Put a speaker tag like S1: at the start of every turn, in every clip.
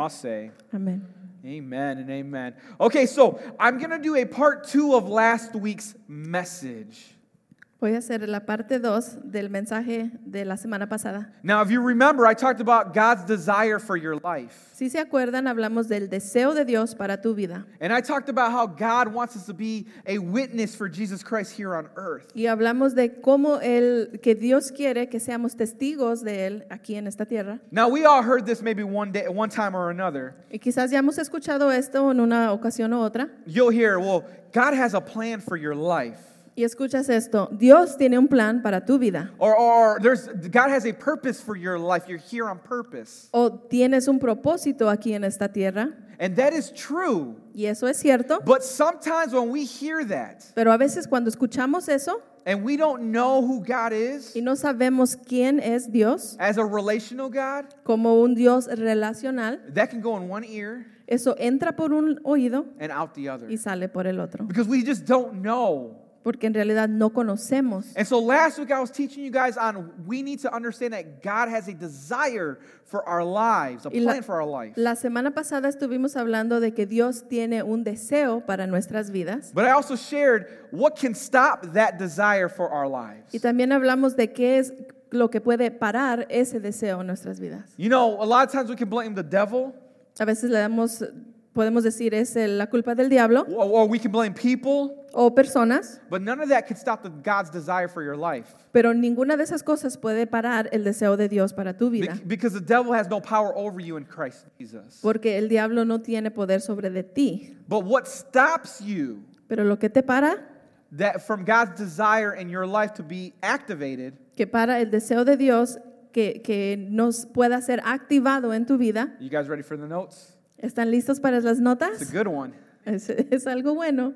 S1: I'll say.
S2: Amén.
S1: Amen and amen. Okay, so I'm going to do a part two of last week's message.
S2: Voy a hacer la parte 2 del mensaje de la semana pasada.
S1: Now, if you remember, I talked about God's desire for your life.
S2: Si se acuerdan, hablamos del deseo de Dios para tu vida.
S1: And I talked about how God wants us to be a witness for Jesus Christ here on earth.
S2: Y hablamos de cómo él, que Dios quiere que seamos testigos de Él aquí en esta tierra.
S1: Now, we all heard this maybe one day, one time or another.
S2: Y quizás ya hemos escuchado esto en una ocasión u otra.
S1: You'll hear, well, God has a plan for your life.
S2: Y escuchas esto, Dios tiene un plan para tu vida.
S1: Or, or there's God has a purpose for your life. You're here on purpose.
S2: O tienes un propósito aquí en esta tierra.
S1: And that is true.
S2: Y eso es cierto.
S1: But sometimes when we hear that
S2: Pero a veces cuando escuchamos eso
S1: and we don't know who God is
S2: y no sabemos quién es Dios,
S1: as a relational God,
S2: como un Dios relacional,
S1: that can go in one ear
S2: eso entra por un oído
S1: and out the other.
S2: y sale por el otro,
S1: Because we just don't know.
S2: porque en realidad no conocemos.
S1: And so last week I was teaching you guys on we need to understand that God has a desire for our lives, a
S2: Y la-
S1: plan for our life.
S2: La semana pasada estuvimos hablando de que Dios tiene un deseo para nuestras vidas
S1: But I also shared what can stop that desire for our lives.
S2: y también hablamos de qué es lo que puede parar ese deseo en nuestras vidas.
S1: You know, a lot of times we can blame the devil,
S2: A veces le damos, podemos decir es eh, la culpa del diablo
S1: or, or we can blame people,
S2: o personas,
S1: but none of that can stop the, God's desire for your life.
S2: pero ninguna de esas cosas puede parar el deseo de Dios para tu
S1: Be-
S2: vida,
S1: because the devil has no power over you in Christ Jesus.
S2: porque el diablo no tiene poder sobre de ti,
S1: But what stops you
S2: pero lo que te para
S1: that from God's desire in your life to be activated
S2: que para el deseo de Dios que, que nos pueda ser activado en tu vida.
S1: You guys ready for the notes?
S2: ¿Están listos para las
S1: It's a
S2: notas?
S1: good one.
S2: Es, es algo bueno.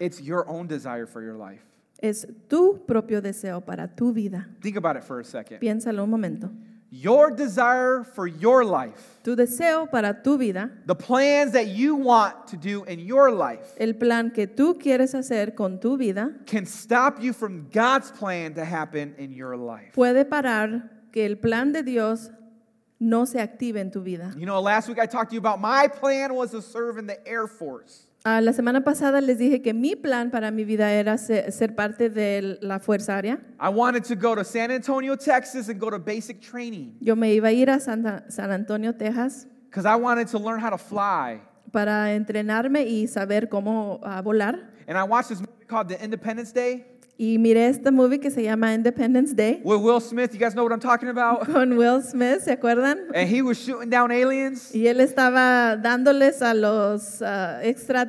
S1: It's your own desire for your life.
S2: Es tu propio deseo para tu vida.
S1: Think about it for a second.
S2: Piénsalo un momento.
S1: Your desire for your life,
S2: Tu deseo para tu vida,
S1: the plans that you want to do in your life,
S2: el plan que tú quieres hacer con tu vida,
S1: can stop you from God's plan to happen in your life.
S2: puede parar que el plan de Dios no se active en tu vida.
S1: You know, last week I talked to you about my plan was to serve in the Air Force.
S2: Ah, la semana pasada les dije que mi plan para mi vida era ser- ser parte de la Fuerza Aérea.
S1: I wanted to go to San Antonio, Texas and go to basic training
S2: Yo me iba a ir a Santa- San Antonio, Texas,
S1: because I wanted to learn how to fly.
S2: para entrenarme y saber cómo ah, volar.
S1: And I watched this movie called The Independence Day
S2: Y miré esta movie que se llama Independence Day
S1: with Will Smith. You guys know what I'm talking about?
S2: con Will Smith, ¿se acuerdan?
S1: and he was shooting down aliens.
S2: Y él estaba dándoles a los ah,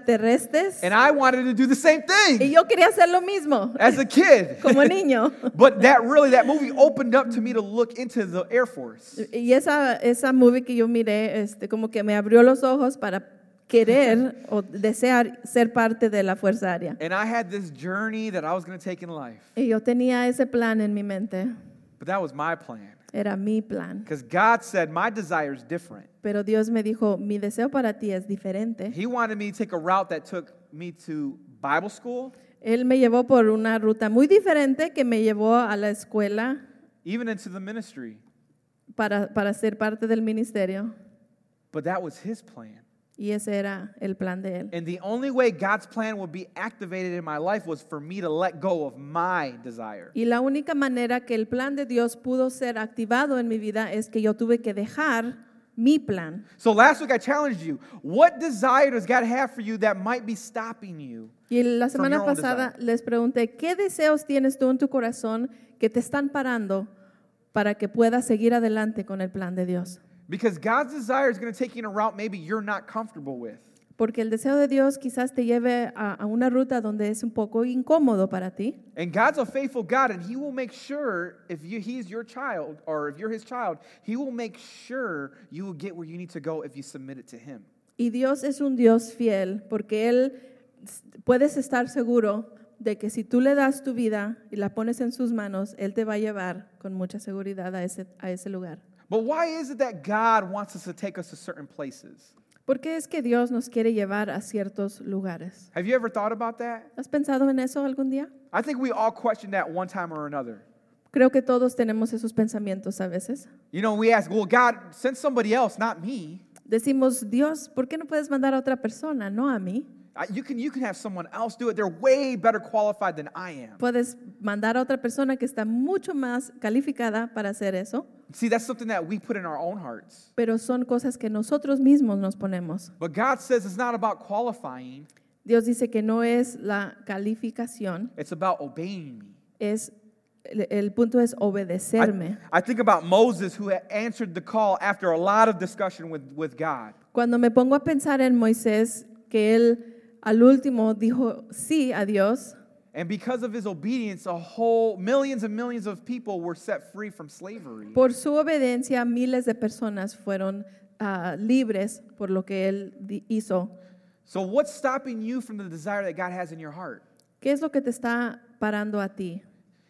S2: extraterrestres.
S1: And I wanted to do the same
S2: Y
S1: thing
S2: yo quería hacer lo mismo
S1: as a kid.
S2: como niño.
S1: But that really, that movie opened up to me to look into the Air Force.
S2: Y esa, esa movie que yo miré, este, como que me abrió los ojos para querer o desear ser parte de la Fuerza Aérea.
S1: And I had this journey that I was going to take in life.
S2: Y yo tenía ese plan en mi mente.
S1: But that was my plan.
S2: Era mi plan.
S1: Because God said, my desire is different.
S2: Pero Dios me dijo, mi deseo para ti es diferente.
S1: He wanted me to take a route that took me to Bible school,
S2: Él me llevó por una ruta muy diferente que me llevó a la escuela
S1: even into the ministry.
S2: para, para ser parte del ministerio.
S1: But that was His plan.
S2: Y ese era el plan de él.
S1: And the only way God's plan would be activated in my life was for me to let go of my desire.
S2: Y la única manera que el plan de Dios pudo ser activado en mi vida es que yo tuve que dejar mi plan.
S1: So last week I challenged you. What desire does God have for you that might be stopping you?
S2: Y la
S1: From your
S2: semana
S1: own
S2: pasada les pregunté, ¿qué deseos tienes tú en tu corazón que te están parando para que puedas seguir adelante con el plan de Dios?
S1: Because God's desire is going to take you in a route maybe you're not comfortable with.
S2: Porque el deseo de Dios quizás te lleve a, a una ruta donde es un poco incómodo para ti.
S1: And God's a faithful God, and He will make sure if you, He's your child or if you're His child, He will make sure you will get where you need to go if you submit it to Him.
S2: Y Dios es un Dios fiel, porque Él s- puedes estar seguro de que si tú le das tu vida y la pones en sus manos, Él te va a llevar con mucha seguridad a ese, a ese lugar.
S1: But why is it that God wants us to take us to certain places?
S2: Porque es que Dios nos quiere llevar a ciertos lugares.
S1: Have you ever thought about that?
S2: ¿Has pensado en eso algún día?
S1: I think we all question that one time or another.
S2: Creo que todos tenemos esos pensamientos a veces.
S1: You know, we ask, well, God, send somebody else, not me.
S2: Decimos, Dios, ¿por qué no puedes mandar a otra persona, no a mí?
S1: I- You can, you can have someone else do it. They're way better qualified than I am.
S2: Puedes mandar a otra persona que está mucho más calificada para hacer eso,
S1: See, that's something that we put in our own hearts.
S2: pero son cosas que nosotros mismos nos ponemos.
S1: But God says it's not about qualifying,
S2: Dios dice que no es la calificación,
S1: it's about obeying me.
S2: es el, el punto es obedecerme.
S1: I think about Moses who had answered the call after a lot of discussion with, with God.
S2: Cuando me pongo a pensar en Moisés, que él al último dijo sí a Dios,
S1: And because of his obedience, a whole millions and millions of people were set free from slavery.
S2: por su obediencia miles de personas fueron ah, libres por lo que él di- hizo.
S1: So, what's stopping you from the desire that God has in your heart?
S2: ¿Qué es lo que te está parando a ti?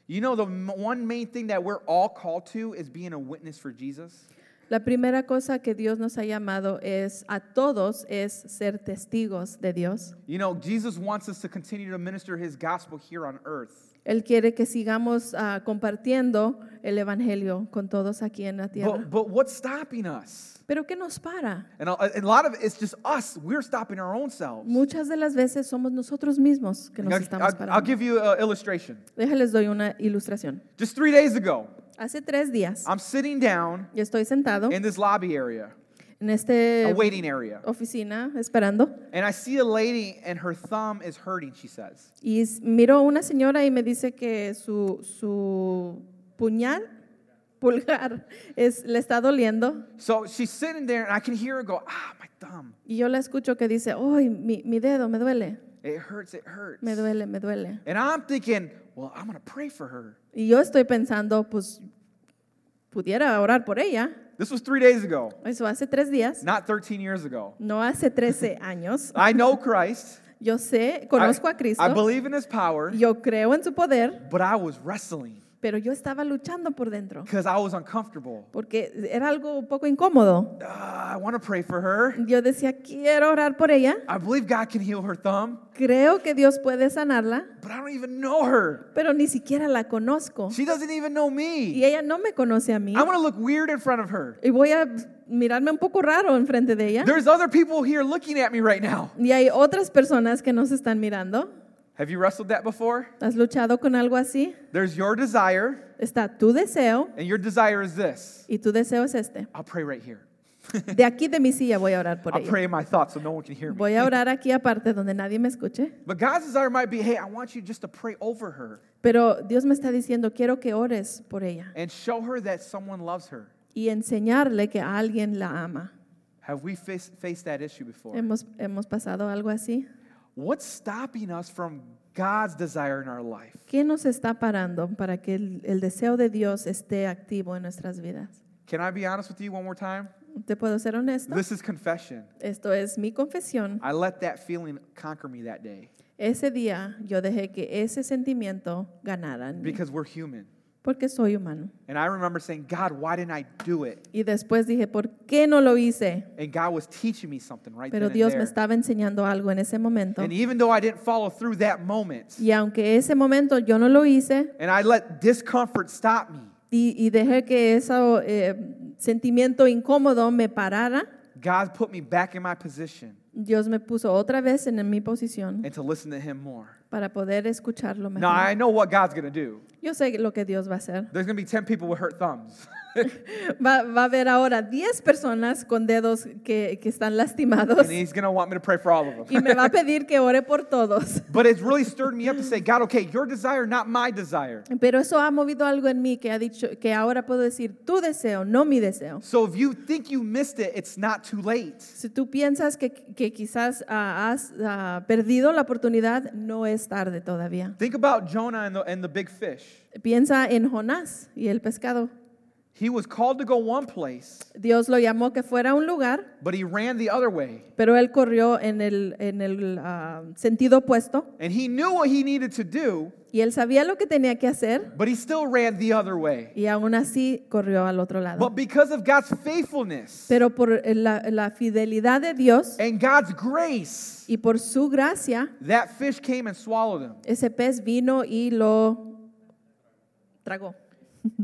S1: You know, the m- one main thing that we're all called to is being a witness for Jesus.
S2: La primera cosa que Dios nos ha llamado es a todos es ser testigos de Dios.
S1: You know, Jesus wants us to continue to minister his gospel here on earth.
S2: Él quiere que sigamos ah, compartiendo el evangelio con todos aquí en la tierra.
S1: But, but what's stopping us?
S2: Pero ¿qué nos para?
S1: And a, and a lot of it's just us. We're stopping our own selves.
S2: Muchas de las veces somos nosotros mismos que nos
S1: I'll,
S2: estamos
S1: I'll- I'll
S2: parando.
S1: give you an illustration.
S2: Déjales doy una ilustración.
S1: Just three days ago,
S2: Hace tres días
S1: I'm sitting down
S2: yo estoy sentado
S1: in this lobby area,
S2: en este
S1: a waiting area,
S2: oficina esperando
S1: and I see a lady and her thumb is hurting, she says.
S2: y s- miro a una señora y me dice que su, su puñal, pulgar, es, le está doliendo.
S1: So she's sitting there, and I can hear her go, ah, my thumb.
S2: Y yo la escucho que dice, ¡ay, mi, mi dedo, me duele,
S1: It hurts, it hurts.
S2: me duele, me duele!
S1: And I'm thinking, well, I'm going to pray for her.
S2: Y yo estoy pensando, pues, pudiera orar por ella.
S1: This was three days ago,
S2: Eso hace tres días,
S1: not 13 years ago.
S2: no hace 13 años.
S1: I know Christ.
S2: Yo sé, conozco
S1: I-
S2: a Cristo,
S1: I believe in his power,
S2: yo creo en su poder,
S1: but I was wrestling
S2: pero yo estaba luchando por dentro,
S1: because I was uncomfortable.
S2: porque era algo un poco incómodo.
S1: "Ah, I want to pray for her.
S2: Yo decía, quiero orar por ella,
S1: I believe God can heal her thumb,
S2: creo que Dios puede sanarla,
S1: but I don't even know her.
S2: pero ni siquiera la conozco.
S1: She doesn't even know
S2: Y
S1: me.
S2: ella no me conoce a mí.
S1: I want to look weird in front of her.
S2: Y voy a mirarme un poco raro enfrente de ella.
S1: There's other people here looking at me right now.
S2: Y hay otras personas que nos están mirando.
S1: Have you wrestled that before?
S2: ¿Has luchado con algo así?
S1: There's your desire,
S2: Está tu deseo
S1: and your desire is this.
S2: y tu deseo es este.
S1: I'll pray right here.
S2: De aquí de mi silla voy a orar por
S1: I'll
S2: ella.
S1: pray in my thoughts so no one can hear me.
S2: Voy a orar aquí aparte donde nadie me escuche.
S1: But God's desire might be, hey, I want you just to pray over her
S2: Pero Dios me está diciendo, quiero que ores por ella
S1: and show her that someone loves her.
S2: y enseñarle que alguien la ama.
S1: Have we face, faced that issue before?
S2: Hemos, hemos pasado algo así.
S1: What's stopping us from God's desire in our life?
S2: ¿Qué nos está parando para que el, el deseo de Dios esté activo en nuestras vidas?
S1: Can I be honest with you one more time?
S2: ¿Te puedo ser honesto?
S1: This is confession.
S2: Esto es mi confesión.
S1: I let that feeling conquer me that day
S2: Ese día yo dejé que ese sentimiento ganara en mí,
S1: because we're human.
S2: porque soy humano.
S1: And I remember saying, God, why didn't I do it?
S2: Y después dije, ¿por qué no lo hice?
S1: And God was teaching me something right
S2: Pero
S1: then
S2: Dios me
S1: and there.
S2: estaba enseñando algo en ese momento.
S1: And even though I didn't follow through that moment,
S2: Y aunque ese momento yo no lo hice
S1: and I let discomfort stop me,
S2: y, y dejé que ese sentimiento incómodo me parara,
S1: God put me back in my position
S2: Dios me puso otra vez en, mi posición
S1: and to listen to Him more.
S2: para poder escucharlo
S1: Now,
S2: mejor.
S1: I know what God's going to do.
S2: Yo sé lo que Dios va a hacer.
S1: There's going to be 10 people with hurt thumbs.
S2: Va, va a haber ahora 10 personas con dedos que, que están lastimados
S1: and He's going to want me to pray for all of
S2: y
S1: them.
S2: me va a pedir que ore por todos.
S1: but it's really stirred me up to say, God, okay, your desire, not my desire.
S2: Pero eso ha movido algo en mí que ha dicho que ahora puedo decir tu deseo, no mi deseo.
S1: So if you think you missed it, it's not too late.
S2: Si tú piensas que, que quizás ah, has ah, perdido la oportunidad, no es tarde todavía.
S1: Think about Jonah and the, and the big fish.
S2: Piensa en Jonás y el pescado.
S1: He was called to go one place,
S2: Dios lo llamó que fuera a un lugar,
S1: but he ran the other way.
S2: pero él corrió en el, en el ah, sentido opuesto
S1: And he knew what he needed to do,
S2: y él sabía lo que tenía que hacer
S1: but he still ran the other way.
S2: y aún así corrió al otro lado.
S1: But because of God's faithfulness
S2: Pero por la, la fidelidad de Dios
S1: and God's grace,
S2: y por su gracia,
S1: that fish came and swallowed him.
S2: ese pez vino y lo tragó.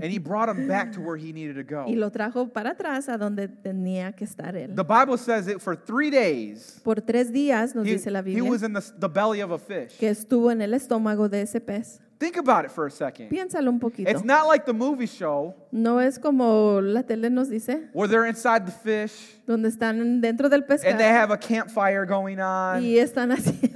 S1: and he brought him back to where he needed to go.
S2: y lo trajo para atrás a donde tenía que estar él.
S1: The Bible says it for three days.
S2: Por tres días, nos
S1: He,
S2: dice la
S1: he
S2: Biblia,
S1: was in the, the belly of a fish.
S2: que estuvo en el estómago de ese pez.
S1: Think about it for a second.
S2: Piénsalo un poquito.
S1: It's not like the movie show
S2: No es como la tele nos dice,
S1: where they're inside the fish
S2: donde están dentro del
S1: and they
S2: pescado
S1: have a campfire going on
S2: y están haci-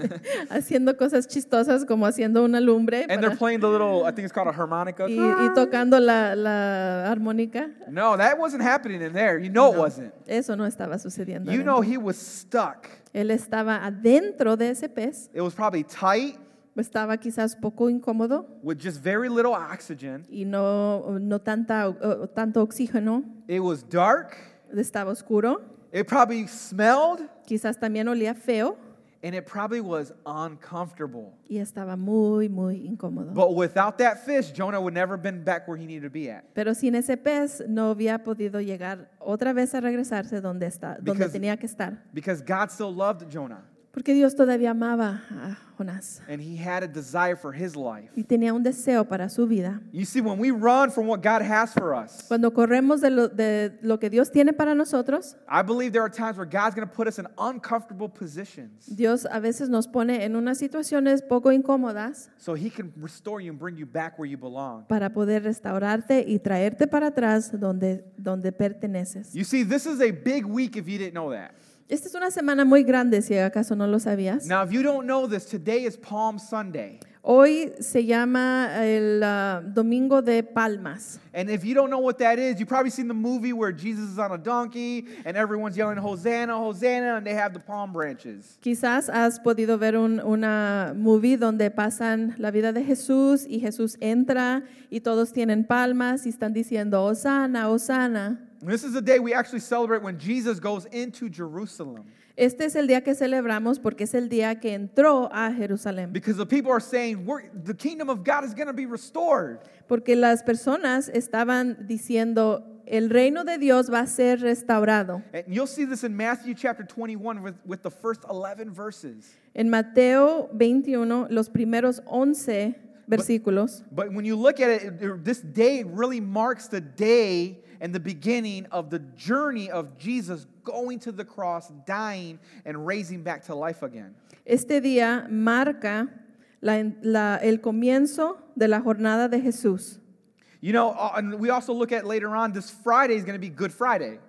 S2: haciendo cosas chistosas como haciendo una lumbre
S1: and
S2: para-
S1: they're playing the little, I think it's called a harmonica.
S2: y, y tocando la, la armónica.
S1: No, that wasn't happening in there. You know it wasn't.
S2: Eso no estaba sucediendo.
S1: You
S2: adentro.
S1: know he was stuck.
S2: Él estaba adentro de ese pez,
S1: It was probably tight
S2: estaba quizás poco incómodo
S1: with just very little oxygen.
S2: y no, no tanta, o- o- tanto oxígeno,
S1: It was dark.
S2: estaba oscuro,
S1: It probably smelled
S2: quizás también olía feo
S1: and it probably was uncomfortable.
S2: y estaba muy, muy incómodo.
S1: But without that fish, Jonah would never have been back where he needed to be at.
S2: Pero sin ese pez no había podido llegar otra vez a regresarse donde, está, donde
S1: Because-
S2: tenía que estar.
S1: Because God still loved Jonah
S2: Porque Dios todavía amaba a Jonás
S1: and he had a desire for his life.
S2: y tenía un deseo para su vida.
S1: You see, when we run from what God has for us,
S2: Cuando corremos de lo, de lo que Dios tiene para nosotros,
S1: I believe there are times where God's going to put us in uncomfortable positions
S2: Dios a veces nos pone en unas situaciones poco incómodas
S1: so he can restore you and bring you back where you belong.
S2: para poder restaurarte y traerte para atrás donde, donde perteneces.
S1: You see, this is a big week if you didn't know that.
S2: Esta es una semana muy grande, si acaso no lo sabías.
S1: Now, if you don't know this, today is Palm Sunday.
S2: Hoy se llama el ah, Domingo de Palmas.
S1: And if you don't know what that is, you've probably seen the movie where Jesus is on a donkey and everyone's yelling, Hosanna, Hosanna, and they have the palm branches.
S2: Quizás has podido ver un- una movie donde pasan la vida de Jesús y Jesús entra y todos tienen palmas y están diciendo, Osana, Osana.
S1: This is the day we actually celebrate when Jesus goes into Jerusalem.
S2: Este es el día que celebramos porque es el día que entró a Jerusalén.
S1: Because the people are saying, We're, the kingdom of God is going to be restored.
S2: Porque las personas estaban diciendo, el reino de Dios va a ser restaurado.
S1: And you'll see this in Matthew chapter 21 with, with the first 11 verses.
S2: En Mateo 21, los primeros 11 versículos.
S1: But when you look at it, it- it- this day really marks the day and the beginning of the journey of Jesus going to the cross, dying, and raising back to life again.
S2: Este día marca la- la- el comienzo de la jornada de Jesús.
S1: You know, uh, and we also look at later on, this Friday is going to be Good Friday.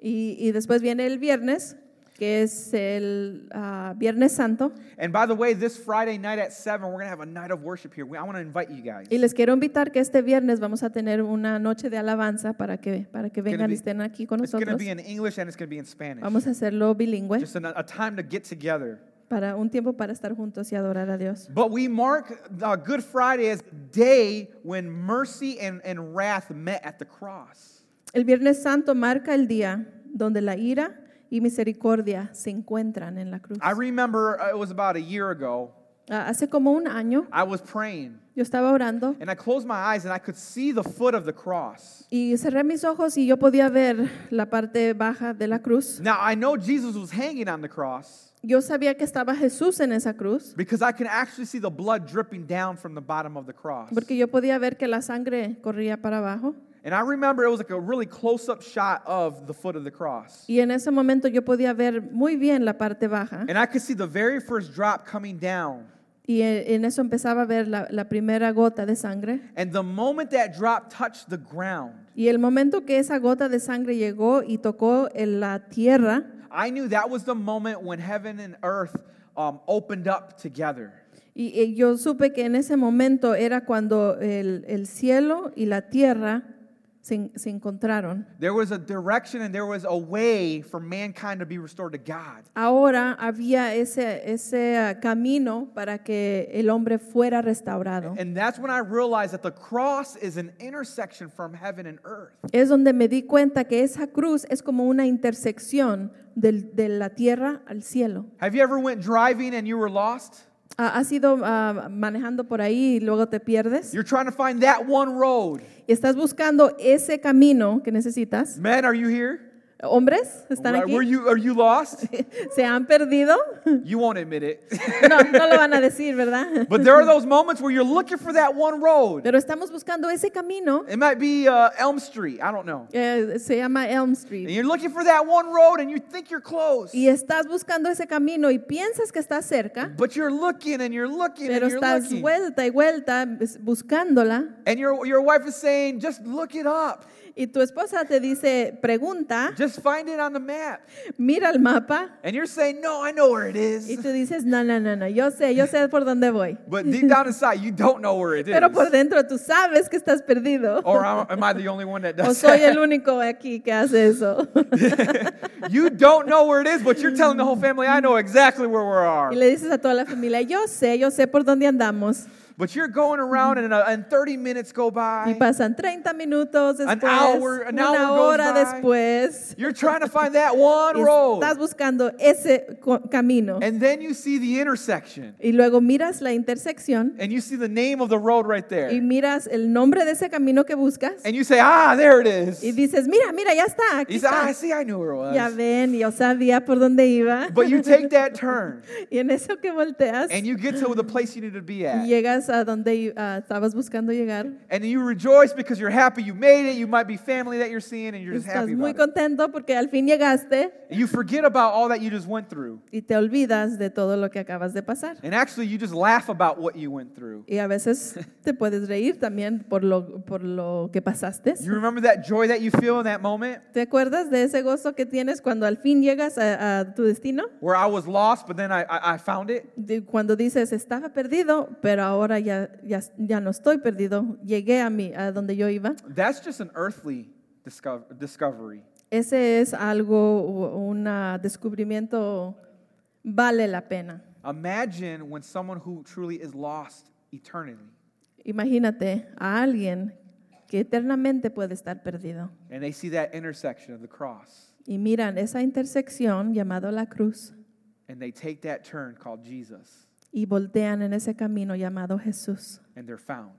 S2: Y, y después viene el viernes, que es el ah, Viernes Santo.
S1: And by the way, this Friday night at 7, we're going to have a night of worship here. We, I want to invite you guys.
S2: Y les quiero invitar que este viernes vamos a tener una noche de alabanza para que, para que vengan
S1: be-
S2: y estén aquí con
S1: It's going to
S2: nosotros.
S1: be in English and it's going to be in Spanish.
S2: Vamos a hacerlo bilingüe.
S1: Just an, a time to get together.
S2: para un tiempo para estar juntos y adorar a Dios.
S1: But we mark uh, Good Friday as the day when mercy and, and wrath met at the cross.
S2: El Viernes Santo marca el día donde la ira y misericordia se encuentran en la cruz.
S1: I remember uh, it was about a year ago.
S2: Ah, Hace como un año
S1: I was praying
S2: yo estaba orando
S1: and I closed my eyes and I could see the foot of the cross.
S2: y cerré mis ojos y yo podía ver la parte baja de la cruz.
S1: Now I know Jesus was hanging on the cross
S2: Yo sabía que estaba Jesús en esa cruz
S1: because I can actually see the blood dripping down from the bottom of the cross.
S2: porque yo podía ver que la sangre corría para abajo
S1: And I remember it was like a really close up shot of the foot of the cross.
S2: y en ese momento yo podía ver muy bien la parte baja
S1: And I could see the very first drop coming down.
S2: y eh, en eso empezaba a ver la- la primera gota de sangre.
S1: And the moment that drop touched the ground,
S2: Y el momento que esa gota de sangre llegó y tocó en la tierra,
S1: I knew that was the moment when heaven and earth um, opened up together.
S2: y, y yo supe que en ese momento era cuando el, el cielo y la tierra se, en- se encontraron.
S1: There was a direction and there was a way for mankind to be restored to God.
S2: Ahora había ese, ese ah, camino para que el hombre fuera restaurado.
S1: And that's when I realized that the cross is an intersection from heaven and earth.
S2: Es donde me di cuenta que esa cruz es como una intersección del- de la tierra al cielo.
S1: Have you ever went driving and you were lost?
S2: Ah, ¿Has ido ah, manejando por ahí y luego te pierdes?
S1: You're trying to find that one road.
S2: Y estás buscando ese camino que necesitas.
S1: Men, are you here?
S2: hombres están
S1: Right? Were
S2: aquí,
S1: you, are you lost?
S2: se han perdido.
S1: You won't admit it.
S2: No, no lo van a decir, ¿verdad?
S1: But there are those moments where you're looking for that one road.
S2: Pero estamos buscando ese camino,
S1: It might be uh, Elm Street. I don't know.
S2: eh, se llama Elm Street.
S1: And you're looking for that one road and you think you're close.
S2: Y estás buscando ese camino y piensas que estás cerca,
S1: But you're looking and you're looking
S2: pero
S1: and you're
S2: estás
S1: looking.
S2: vuelta y vuelta bus- buscándola.
S1: And your, your wife is saying, just look it up.
S2: Y tu esposa te dice, pregunta,
S1: Just find it on the map.
S2: mira el mapa.
S1: And you're saying, no, I know where it
S2: Y
S1: is.
S2: tú dices, no, no, no, no, yo sé, yo sé por dónde voy.
S1: But deep down inside, you don't know where it is.
S2: Pero por dentro tú sabes que estás perdido.
S1: Or am am I the only one that
S2: O
S1: does
S2: soy
S1: that?
S2: el único aquí que hace eso.
S1: You don't know where it is, but you're telling the whole family, I know exactly where we
S2: Y
S1: are.
S2: le dices a toda la familia, yo sé, yo sé por dónde andamos.
S1: But you're going around and, uh, and 30 minutes go
S2: Y
S1: by.
S2: pasan 30 minutos
S1: An
S2: después,
S1: hour- an hour
S2: una
S1: goes
S2: hora
S1: by.
S2: después.
S1: You're trying to find that one
S2: y
S1: road.
S2: estás buscando ese co- camino.
S1: And then you see the intersection.
S2: Y luego miras la intersección
S1: And you see the name of the road right
S2: y
S1: there.
S2: miras el nombre de ese camino que buscas.
S1: And you say, ah, there it
S2: Y
S1: is.
S2: dices, mira, mira, ya está, aquí
S1: You say, ah,
S2: está.
S1: see, I knew where it
S2: Ya
S1: was.
S2: ven, yo sabía por dónde iba.
S1: But you take that turn
S2: y en eso que volteas,
S1: and you get to the place you need to be at.
S2: llegas a donde ah, estabas buscando llegar.
S1: And you rejoice because you're happy you made it. You might be family that you're seeing, and you're just
S2: Estás
S1: happy about
S2: muy
S1: it.
S2: contento porque al fin llegaste
S1: And You forget about all that you just went through.
S2: y te olvidas de todo lo que acabas de pasar.
S1: And actually, you just laugh about what you went through.
S2: Y a veces te puedes reír también por lo, por lo que pasaste.
S1: You remember that joy that you feel in that moment
S2: ¿Te acuerdas de ese gozo que tienes cuando al fin llegas a, a tu destino?
S1: where I was lost, but then I, I, I found it?
S2: De cuando dices, estaba perdido, pero ahora ya, ya, ya no estoy perdido, llegué a, mí, a donde yo iba.
S1: That's just an earthly discover, discovery.
S2: Ese es algo, un descubrimiento, vale la pena.
S1: Imagine when someone who truly is lost eternally
S2: Imagínate a alguien que eternamente puede estar perdido
S1: and they see that intersection of the cross
S2: y miran esa intersección llamado la cruz
S1: and they take that turn called Jesus
S2: y voltean en ese camino llamado Jesús
S1: and they're found.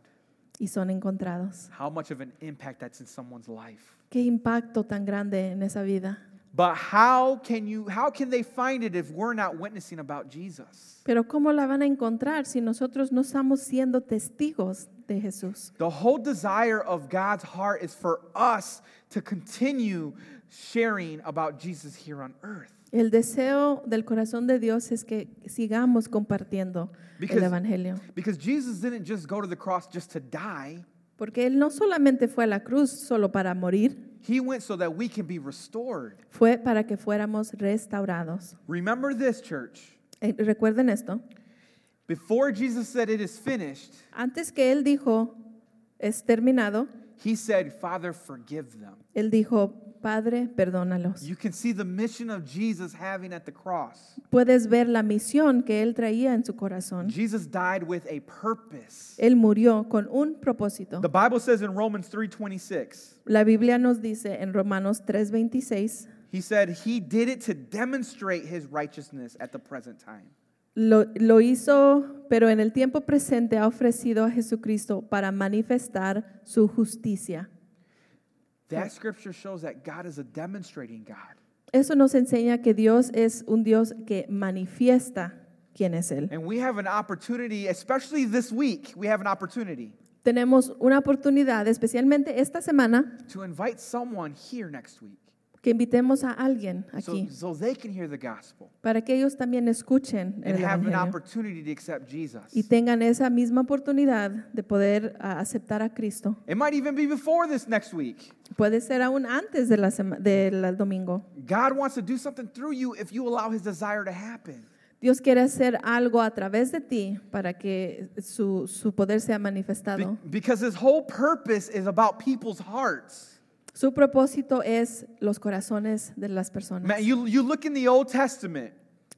S2: y son encontrados.
S1: How much of an impact that's in someone's life.
S2: Qué impacto tan grande en esa vida.
S1: But how can you how can they find it if we're not witnessing about Jesus?
S2: Pero ¿cómo la van a encontrar si nosotros no estamos siendo testigos de Jesús?
S1: The whole desire of God's heart is for us to continue sharing about Jesus here on earth.
S2: El deseo del corazón de Dios es que sigamos compartiendo el
S1: Because-
S2: Evangelio.
S1: Because Jesus didn't just go to the cross just to die.
S2: Porque Él no solamente fue a la cruz solo para morir,
S1: He went so that we can be restored.
S2: fue para que fuéramos restaurados.
S1: Remember this, church.
S2: Eh, Recuerden esto.
S1: Before Jesus said it is finished,
S2: Antes que Él dijo, es terminado,
S1: he said, Father, forgive them.
S2: Él dijo, Padre, perdónalos.
S1: You can see the mission of Jesus having at the cross.
S2: Puedes ver la misión que Él traía en su corazón.
S1: Jesus died with a purpose.
S2: Él murió con un propósito.
S1: The Bible says in Romans 3:26,
S2: La Biblia nos dice en Romanos 3:26,
S1: he said he did it to demonstrate his righteousness at the present time.
S2: lo, lo hizo, pero en el tiempo presente ha ofrecido a Jesucristo para manifestar su justicia.
S1: That scripture shows that God is a demonstrating God.
S2: Eso nos enseña que Dios es un Dios que manifiesta quién es Él.
S1: And we have an opportunity, especially this week, we have an opportunity
S2: Tenemos una oportunidad, especialmente esta semana,
S1: to invite someone here next week
S2: que invitemos a alguien
S1: so,
S2: aquí
S1: so they can hear the gospel
S2: para que ellos también escuchen
S1: and
S2: el
S1: have an
S2: Evangelio
S1: opportunity to accept Jesus.
S2: y tengan esa misma oportunidad de poder ah, aceptar a Cristo.
S1: It might even be before this next week.
S2: Puede ser aún antes de la sema- del domingo.
S1: God wants to do something through you if you allow his desire to happen.
S2: Dios quiere hacer algo a través de ti para que su, su poder sea
S1: Be-
S2: manifestado.
S1: because his whole purpose is about people's hearts.
S2: Su propósito es los corazones de las personas.
S1: Man, you, you look in the Old Testament,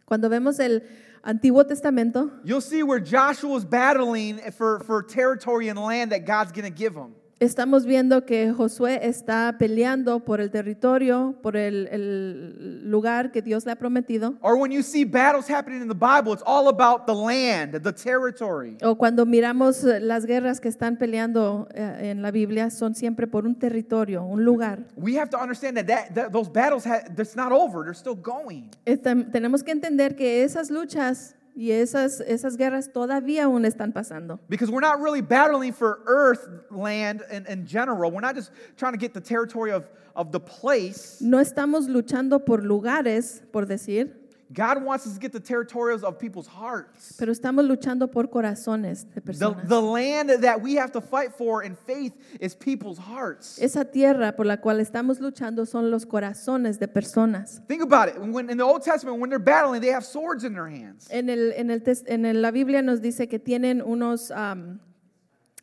S2: Cuando vemos el Antiguo Testamento,
S1: you'll see where Joshua's battling for, for territory and land that God's going to give him.
S2: Estamos viendo que Josué está peleando por el territorio, por el, el lugar que Dios le ha prometido.
S1: Or when you see battles happening in the Bible, it's all about the land, the territory.
S2: O cuando miramos eh, las guerras que están peleando eh, en la Biblia, son siempre por un territorio, un lugar.
S1: We have to understand that, that, that those battles, ha- that's not over, they're still going.
S2: Estam- Este, tenemos que entender que esas luchas y esas, esas guerras todavía aún están pasando.
S1: Because we're not really battling for earth, land, and in general. We're not just trying to get the territory of, of the place.
S2: No estamos luchando por lugares, por decir,
S1: God wants us to get the territories of people's hearts.
S2: pero estamos luchando por corazones de
S1: The,
S2: personas.
S1: the land that we have to fight for in faith is people's hearts.
S2: Esa tierra por la cual estamos luchando son los corazones de personas.
S1: Think about it. When, in the Old Testament, when they're battling, they have swords in their hands.
S2: En, el, en, el tes- en el- la Biblia nos dice que tienen unos am,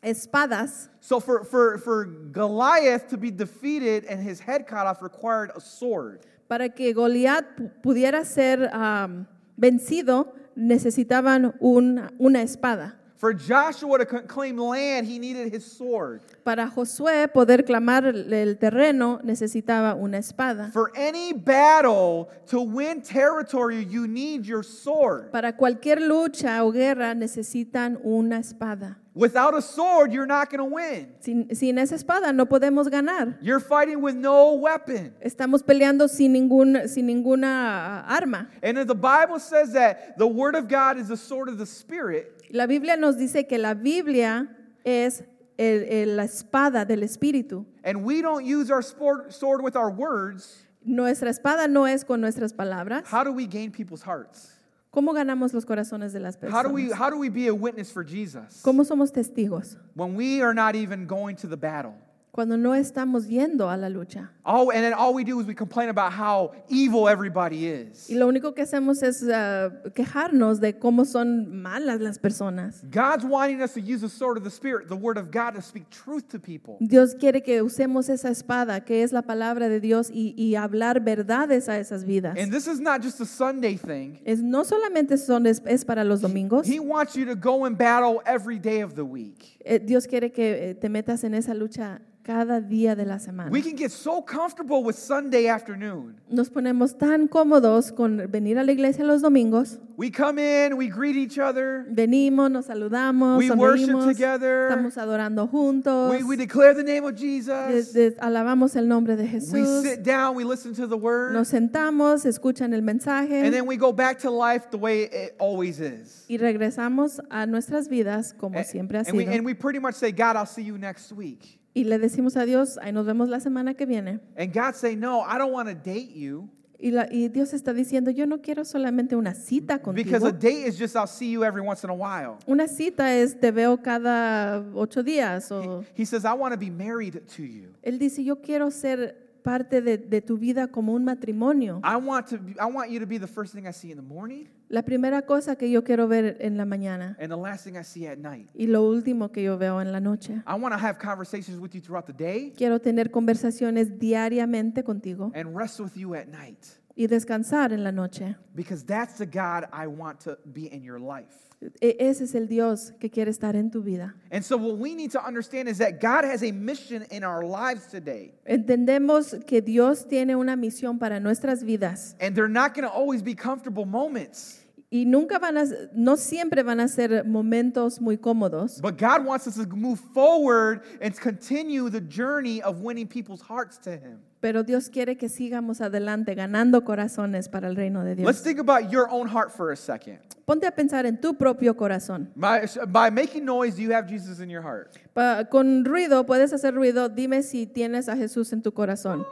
S2: espadas
S1: So for, for, for Goliath to be defeated and his head cut off required a sword.
S2: para que Goliat pu- pudiera ser am, vencido necesitaban un- una espada.
S1: For Joshua to c- claim land, he needed his sword.
S2: Para Josué poder clamar el- el terreno necesitaba una espada.
S1: For any battle to win territory, you need your sword.
S2: Para cualquier lucha o guerra necesitan una espada.
S1: Without a sword, you're not going to win.
S2: Sin, sin esa espada no podemos ganar.
S1: You're fighting with no weapon.
S2: Estamos peleando sin, ningún, sin ninguna ah, arma.
S1: And if the Bible says that the word of God is the sword of the spirit,
S2: La Biblia nos dice que la Biblia es el- el- la espada del Espíritu.
S1: and we don't use our sport, sword with our words,
S2: Nuestra espada no es con nuestras palabras.
S1: how do we gain people's hearts?
S2: ¿Cómo ganamos los corazones de las
S1: How do we
S2: personas?
S1: how do we be a witness for Jesus
S2: ¿Cómo somos testigos
S1: when we are not even going to the battle?
S2: cuando no estamos yendo a la lucha?
S1: Oh, and then all we do is we complain about how evil everybody
S2: Y
S1: is.
S2: lo único que hacemos es ah, quejarnos de cómo son malas las personas.
S1: God's wanting us to use the sword of the spirit, the word of God to speak truth to people.
S2: Dios quiere que usemos esa espada, que es la palabra de Dios, y, y hablar verdades a esas vidas.
S1: And this is not just a Sunday thing.
S2: Es, no solamente son, es, es para los domingos.
S1: He wants you to go in battle every day of the week.
S2: Eh, Dios quiere que eh, te metas en esa lucha cada día de la semana.
S1: We can get so comfortable with Sunday afternoon.
S2: Nos ponemos tan cómodos con venir a la iglesia los domingos.
S1: We come in, we greet each other,
S2: Venimos, nos saludamos,
S1: We worship
S2: sonreímos,
S1: together.
S2: estamos adorando juntos,
S1: we, we declare the name of
S2: des-
S1: Jesus,
S2: des- alabamos el nombre de
S1: we
S2: Jesús,
S1: sit down, we listen to the word.
S2: nos sentamos, escuchan el
S1: And
S2: mensaje
S1: then we go back to life the way it always is.
S2: y regresamos a nuestras vidas como
S1: And-
S2: siempre ha
S1: Eh, and, we,
S2: sido.
S1: and we pretty much say, God, I'll see you next week.
S2: Y le decimos a Dios, ahí nos vemos la semana que viene.
S1: And God say, no, I don't want to date you.
S2: Y, la- y Dios está diciendo, yo no quiero solamente una cita
S1: Because
S2: contigo.
S1: a date is just I'll see you every once in a while.
S2: Una cita es te veo cada ocho días. O,
S1: He says, I want to be married to you.
S2: él dice, yo quiero ser parte de, de tu vida como un matrimonio.
S1: I want to be, I want you to be the first thing I see in the morning
S2: La primera cosa que yo quiero ver en la mañana
S1: and the last thing I see at night.
S2: y lo último que yo veo en la noche.
S1: I want to have conversations with you throughout the day
S2: Quiero tener conversaciones diariamente contigo
S1: and rest with you at night.
S2: y descansar en la noche.
S1: Because that's the God I want to be in your life.
S2: E- ese es el Dios que quiere estar en tu vida.
S1: And so, what we need to understand is that God has a mission in our lives today.
S2: Entendemos que Dios tiene una misión para nuestras vidas
S1: And they're not going to always be comfortable moments.
S2: y nunca van a, no siempre van a ser momentos muy cómodos,
S1: But God wants us to move forward and continue the journey of winning people's hearts to Him.
S2: pero Dios quiere que sigamos adelante ganando corazones para el reino de
S1: Let's
S2: Dios.
S1: think about your own heart for a second.
S2: Ponte a pensar en tu propio corazón.
S1: By, by making noise, do you have Jesus in your heart?
S2: Pa- con ruido, puedes hacer ruido, dime si tienes a Jesús en tu corazón.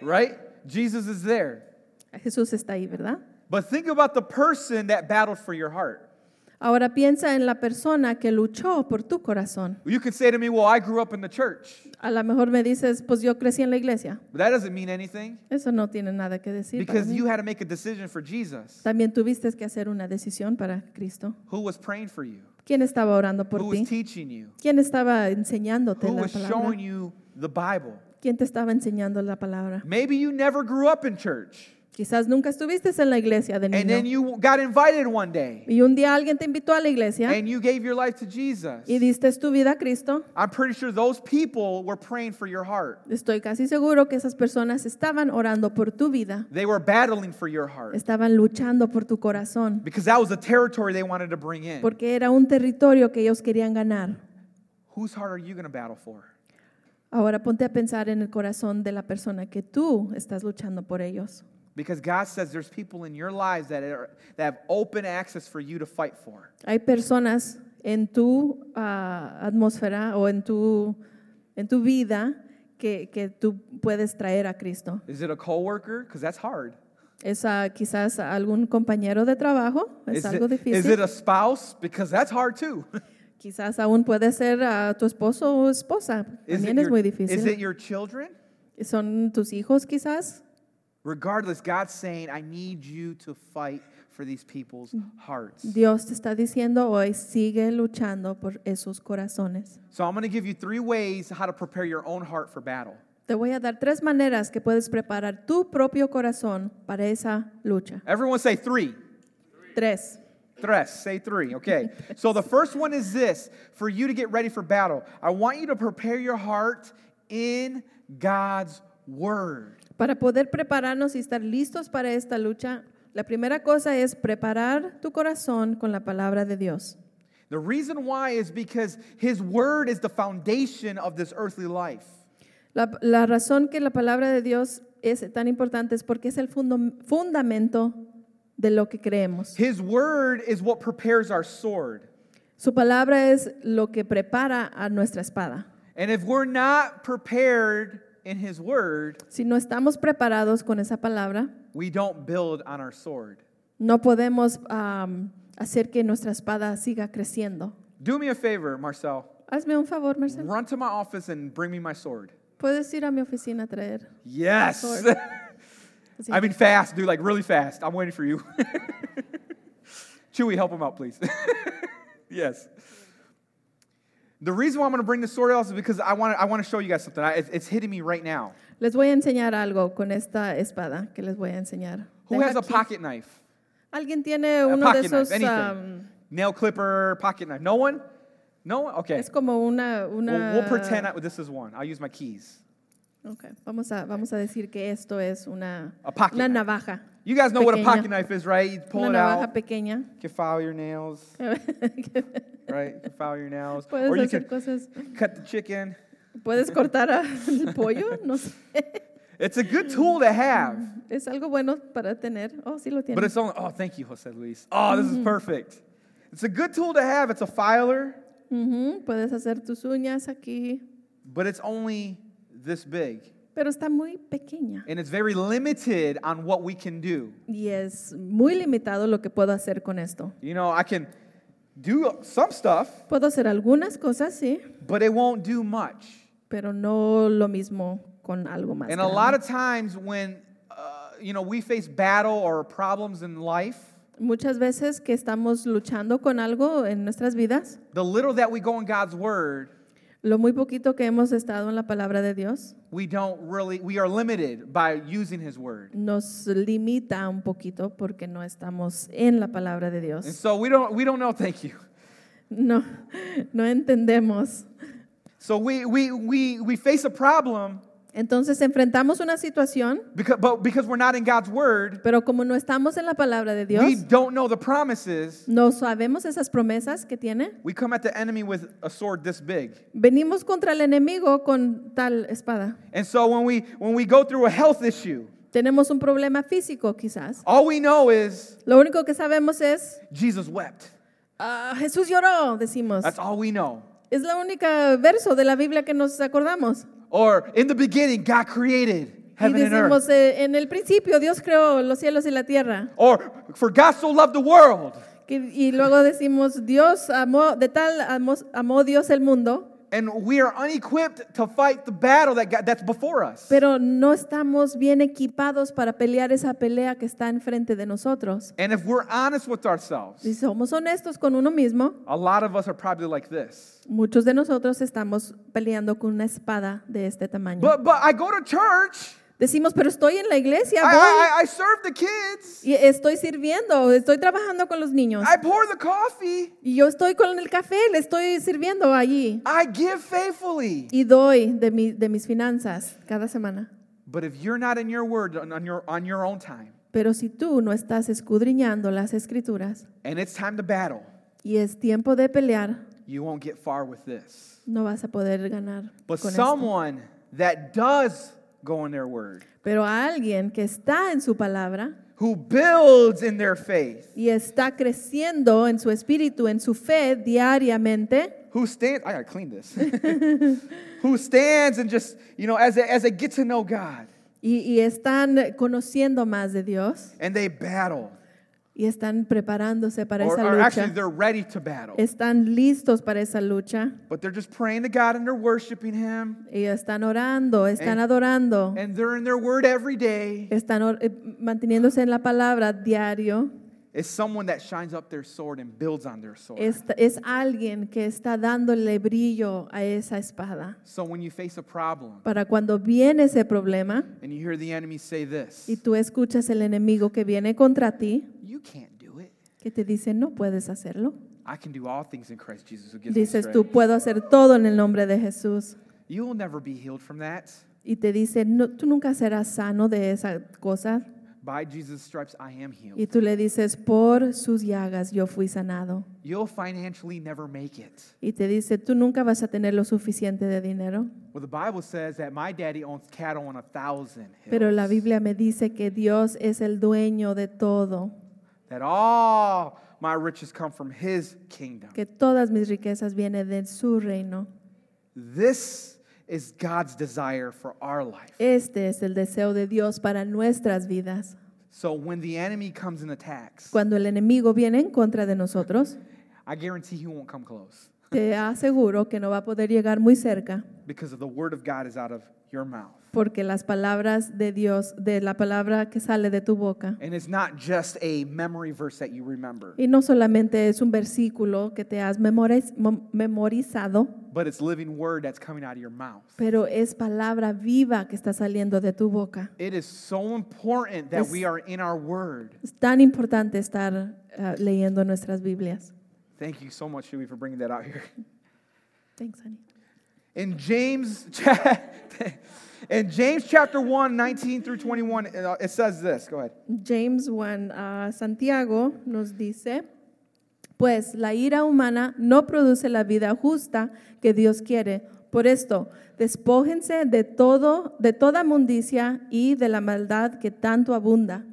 S1: Right? Jesus is there.
S2: Jesús está ahí, ¿verdad?
S1: But think about the person that battled for your heart.
S2: Ahora piensa en la persona que luchó por tu corazón.
S1: You could say to me, Well, I grew up in the church.
S2: A lo mejor me dices, pues yo crecí en la iglesia.
S1: But that doesn't mean anything
S2: Eso no tiene nada que decir. para
S1: because
S2: mí.
S1: you had to make a decision for Jesus.
S2: También tuviste que hacer una decisión para Cristo.
S1: Who was praying for you?
S2: ¿Quién estaba orando por
S1: Who was
S2: ti?
S1: teaching you?
S2: ¿Quién estaba enseñándote
S1: Who
S2: la
S1: was showing
S2: palabra?
S1: you the Bible?
S2: ¿Quién te estaba enseñando la palabra?
S1: Maybe you never grew up in church.
S2: Quizás nunca estuviste en la iglesia de
S1: And then
S2: niño.
S1: you got invited one day
S2: Y un día alguien te invitó a la iglesia
S1: and you gave your life to Jesus.
S2: y diste tu vida a Cristo.
S1: I'm pretty sure those people were praying for your heart.
S2: Estoy casi seguro que esas personas estaban orando por tu vida,
S1: They were battling for your heart
S2: estaban luchando por tu corazón,
S1: because that was the territory they wanted to bring in.
S2: porque era un territorio que ellos querían ganar.
S1: Whose heart are you going to battle for?
S2: Ahora ponte a pensar en el corazón de la persona que tú estás luchando por ellos,
S1: Because God says there's people in your lives that, are, that have open access for you to fight for.
S2: Hay personas en tu ah, atmósfera o en tu, en tu vida que, que tú puedes traer a Cristo.
S1: Is it a coworker? Because that's hard.
S2: Es ah, quizás algún compañero de trabajo, es
S1: Is
S2: algo
S1: it, is
S2: difícil.
S1: it a spouse? Because that's hard too.
S2: quizás aún puede ser ah, tu esposo o esposa,
S1: Is
S2: también
S1: it
S2: es muy
S1: is it
S2: difícil.
S1: your children?
S2: Son tus hijos quizás.
S1: Regardless, God's saying, I need you to fight for these people's hearts.
S2: Dios te está diciendo hoy, sigue luchando por esos corazones.
S1: So I'm going to give you three ways how to prepare your own heart for battle.
S2: Te voy a dar tres maneras que puedes preparar tu propio corazón para esa lucha.
S1: Everyone say three.
S2: Tres.
S1: Tres, say three. Okay. So the first one is this for you to get ready for battle. I want you to prepare your heart in God's word.
S2: Para poder prepararnos y estar listos para esta lucha, la primera cosa es preparar tu corazón con la palabra de Dios.
S1: The reason why is because his word is the foundation of this earthly life.
S2: La, la razón que la palabra de Dios es tan importante es porque es el fundo- fundamento de lo que creemos.
S1: His word is what prepares our sword.
S2: Su palabra es lo que prepara a nuestra espada.
S1: And if we're not prepared in his word,
S2: Si no estamos preparados con esa palabra,
S1: we don't build on our sword.
S2: no podemos am, hacer que nuestra espada siga creciendo.
S1: Do me a favor, Marcel.
S2: Hazme un favor, Marcelo.
S1: Run to my office and bring me my sword.
S2: ¿Puedes ir a mi oficina a traer?
S1: Yes.
S2: Sword.
S1: I mean, fast, dude, like really fast. I'm waiting for you. Chewy, help him out, please. yes. The reason why I'm going to bring the sword out is because I want to, I want to show you guys something. I, it's, it's hitting me right now.
S2: Les voy a enseñar algo con esta espada que les voy a enseñar.
S1: Who
S2: Deja
S1: has a
S2: aquí.
S1: pocket knife?
S2: ¿Alguien tiene
S1: A
S2: uno de
S1: pocket knife,
S2: esos?
S1: anything.
S2: um,
S1: Nail clipper, pocket knife. No one? No one? Okay.
S2: es como una... una
S1: We'll, we'll pretend I, this is one. I'll use my keys.
S2: Ok, Vamos, a, vamos a decir que esto es una,
S1: A pocket
S2: una
S1: knife.
S2: navaja.
S1: You guys know what a
S2: Pequeña.
S1: pocket knife is, right? You pull
S2: Una
S1: it
S2: navaja
S1: out. You
S2: pequeña.
S1: can file your nails, right? You can file your nails.
S2: puedes
S1: Or you
S2: hacer
S1: can
S2: cosas.
S1: cut the chicken.
S2: Puedes cortar a- el pollo, no sé.
S1: It's a good tool to have.
S2: Es algo bueno para tener. Oh, sí lo
S1: But
S2: tienes.
S1: it's only, oh, thank you, Jose Luis. Oh, this is perfect. It's a good tool to have. It's a filer,
S2: Ujú, Puedes hacer tus uñas aquí.
S1: but it's only this big.
S2: Pero está muy pequeña.
S1: And it's very limited on what we can do.
S2: Y es muy limitado lo que puedo hacer con esto.
S1: You know, I can do some stuff,
S2: Puedo hacer algunas cosas, sí,
S1: but it won't do much.
S2: pero no lo mismo con algo más.
S1: And a
S2: grande.
S1: lot of times when, uh, you know, we face battle or problems in life,
S2: Muchas veces que estamos luchando con algo en nuestras vidas,
S1: the little that we go in God's word,
S2: lo muy poquito que hemos estado en la palabra de Dios
S1: we don't really, we are limited by using his word.
S2: nos limita un poquito porque no estamos en la palabra de
S1: And
S2: Dios.
S1: so we don't, we don't know, thank you.
S2: No, no entendemos.
S1: So we, we, we, we face a problem
S2: Entonces enfrentamos una situación,
S1: because, but because we're not in God's word,
S2: pero como no estamos en la palabra de
S1: we
S2: Dios,
S1: don't know the promises.
S2: no sabemos esas promesas que tiene.
S1: We come at the enemy with a sword this big.
S2: Venimos contra el enemigo con tal espada.
S1: And so when we when we go through a health issue,
S2: Tenemos un problema físico quizás.
S1: all we know is
S2: Lo único que sabemos es,
S1: Jesus wept.
S2: "Ah, Jesús lloró, decimos.
S1: That's all we know.
S2: Es la única verso de la Biblia que nos acordamos.
S1: Or in the beginning, God created
S2: Y
S1: heaven and earth.
S2: decimos, "Eh, en el principio Dios creó los cielos y la tierra.
S1: Or for God so loved the world.
S2: Que- y luego decimos, Dios amó, de tal amó, amó Dios el mundo,
S1: And we are unequipped to fight the battle that God, that's before us.
S2: pero no estamos bien equipados para pelear esa pelea que está enfrente de nosotros.
S1: And if we're honest with ourselves,
S2: Si somos honestos con uno mismo,
S1: a lot of us are probably like this.
S2: Muchos de nosotros estamos peleando con una espada de este tamaño.
S1: But but I go to church
S2: Decimos, pero estoy en la iglesia,
S1: I,
S2: voy
S1: I, I serve the kids.
S2: y estoy sirviendo, estoy trabajando con los niños.
S1: I pour the coffee.
S2: Y yo estoy con el café, le estoy sirviendo allí.
S1: I give faithfully.
S2: Y doy de, mi- de mis finanzas cada semana.
S1: But if you're not in your word on on your, on your own time,
S2: Pero si tú no estás escudriñando las escrituras
S1: and it's time to battle,
S2: y es tiempo de pelear,
S1: you won't get far with this.
S2: no vas a poder ganar.
S1: But
S2: con esto.
S1: someone that does go in their word,
S2: Pero a alguien que está en su palabra
S1: who builds in their faith,
S2: y está creciendo en su espíritu, en su fe diariamente,
S1: who stands, I gotta clean this, who stands and just, you know, as they, as they get to know God
S2: y, y están conociendo más de Dios
S1: and they battle,
S2: y están preparándose para
S1: or,
S2: esa
S1: or actually
S2: lucha,
S1: they're ready to battle,
S2: están listos para esa lucha.
S1: but they're just praying to God and they're worshiping Him
S2: Y están orando, están
S1: And-
S2: adorando,
S1: and they're in their word every day,
S2: están or- eh, manteniéndose en la palabra diario.
S1: is someone that shines up their sword and builds on their sword.
S2: Es, es alguien que está dándole brillo a esa espada.
S1: So when you face a problem
S2: Para cuando viene ese problema
S1: and you hear the enemy say this,
S2: y tú escuchas el enemigo que viene contra ti,
S1: you can't do it.
S2: que te dice, no puedes hacerlo.
S1: I can do all things in Christ Jesus who gives me
S2: Dices
S1: strength.
S2: tú, puedo hacer todo en el nombre de Jesús.
S1: You will never be healed from that.
S2: Y te dice, no, tú nunca serás sano de esa cosa.
S1: By Jesus' stripes, I am healed.
S2: Y tú le dices, por sus llagas yo fui sanado.
S1: You'll financially never make it.
S2: y te dice, tú nunca vas a tener lo suficiente de dinero.
S1: Well, the Bible says that my daddy owns cattle on a thousand hills.
S2: Pero la Biblia me dice que Dios es el dueño de todo,
S1: that all my riches come from his kingdom.
S2: que todas mis riquezas vienen de su reino.
S1: This is God's desire for our life.
S2: Este es el deseo de Dios para nuestras vidas.
S1: So when the enemy comes and attacks,
S2: Cuando el enemigo viene en contra de nosotros,
S1: I guarantee he won't come close
S2: te aseguro que no va a poder llegar muy cerca,
S1: because of the word of God is out of your mouth.
S2: porque las palabras de Dios, de la palabra que sale de tu boca,
S1: And it's not just a memory verse that you remember,
S2: y no solamente es un versículo que te has memoriz- mem- memorizado,
S1: but it's living word that's coming out of your mouth.
S2: pero es palabra viva que está saliendo de tu boca.
S1: It is so important that
S2: Es-
S1: we are in our word.
S2: Es tan importante estar ah, leyendo nuestras Biblias.
S1: Thank you so much, Shuey, for bringing that out here.
S2: Thanks, honey.
S1: In James, cha- in James chapter 1, 19 through 21, it uh, it says this. Go ahead.
S2: James 1, ah, Santiago nos dice, pues la ira humana no produce la vida justa que Dios quiere. Por esto, despójense de todo, de toda mundicia y de la maldad que tanto abunda,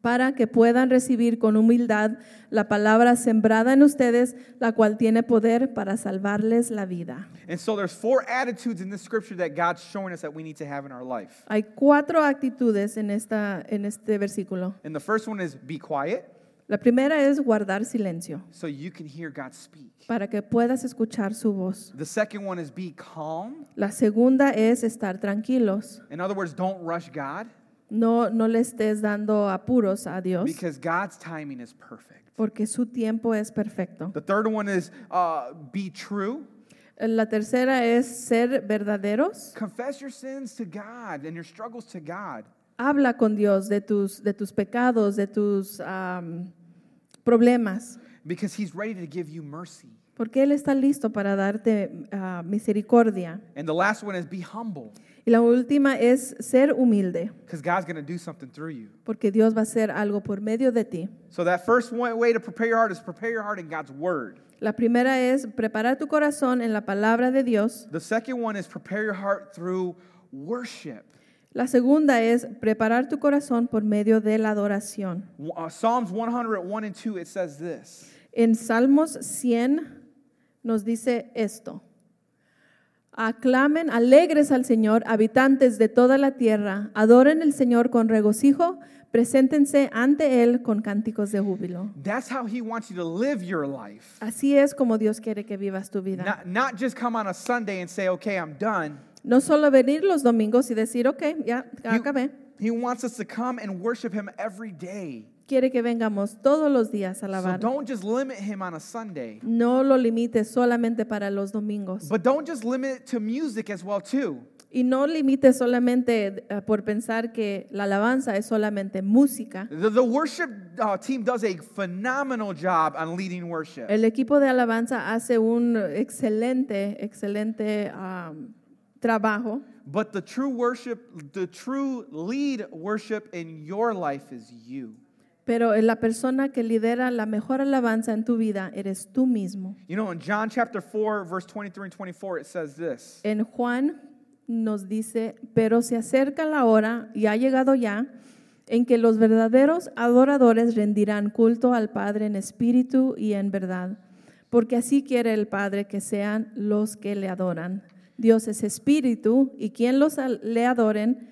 S2: para que puedan recibir con humildad la palabra sembrada en ustedes, la cual tiene poder para salvarles la vida.
S1: And so there's four attitudes in this scripture that God's showing us that we need to have in our life.
S2: Hay cuatro actitudes en, esta, en este versículo.
S1: And the first one is be quiet
S2: La primera es guardar silencio
S1: so you can hear God speak.
S2: para que puedas escuchar su voz.
S1: The second one is be calm.
S2: La segunda es estar tranquilos.
S1: In other words, don't rush God
S2: No, no le estés dando apuros a Dios
S1: because God's timing is perfect.
S2: porque su tiempo es perfecto.
S1: The third one is uh, be true.
S2: La tercera es ser verdaderos.
S1: Confess your sins to God and your struggles to God.
S2: Habla con Dios de tus, de tus pecados, de tus am, problemas,
S1: because he's ready to give you mercy.
S2: porque Él está listo para darte ah, misericordia.
S1: And the last one is be humble
S2: Y la última es ser humilde.
S1: because God's going to do something through you.
S2: porque Dios va a hacer algo por medio de ti.
S1: So that first one way to prepare your heart is prepare your heart in God's word.
S2: La primera es preparar tu corazón en la palabra de Dios.
S1: The second one is prepare your heart through worship.
S2: La segunda es preparar tu corazón por medio de la adoración.
S1: Uh, Psalms 101 and 2 it says this.
S2: En Salmos 100 nos dice esto. Aclamen alegres al Señor, habitantes de toda la tierra, adoren al Señor con regocijo, preséntense ante Él con cánticos de júbilo.
S1: That's how he wants you to live your life.
S2: Así es como Dios quiere que vivas tu vida.
S1: Not, not just come on a Sunday and say, okay, I'm done.
S2: No solo venir los domingos y decir, ok, ya
S1: You-
S2: acabé.
S1: He wants us to come and worship him every day.
S2: Quiere que vengamos todos los días
S1: So
S2: a alabar.
S1: don't just limit him on a Sunday.
S2: no lo limites solamente para los domingos.
S1: But don't just limit it to music as well too.
S2: Y no limites solamente eh, por pensar que la alabanza es solamente música.
S1: The, the worship uh, team does a phenomenal job on leading worship.
S2: El equipo de alabanza hace un excelente, excelente um, trabajo,
S1: But the true worship, the true lead worship in your life is you.
S2: pero la persona que lidera la mejor alabanza en tu vida eres tú mismo.
S1: You know, in John chapter 4, verse 23 and 24, it says this
S2: En Juan nos dice, pero se acerca la hora y ha llegado ya en que los verdaderos adoradores rendirán culto al Padre en espíritu y en verdad, porque así quiere el Padre que sean los que le adoran. Dios es espíritu y quien los al- le adoren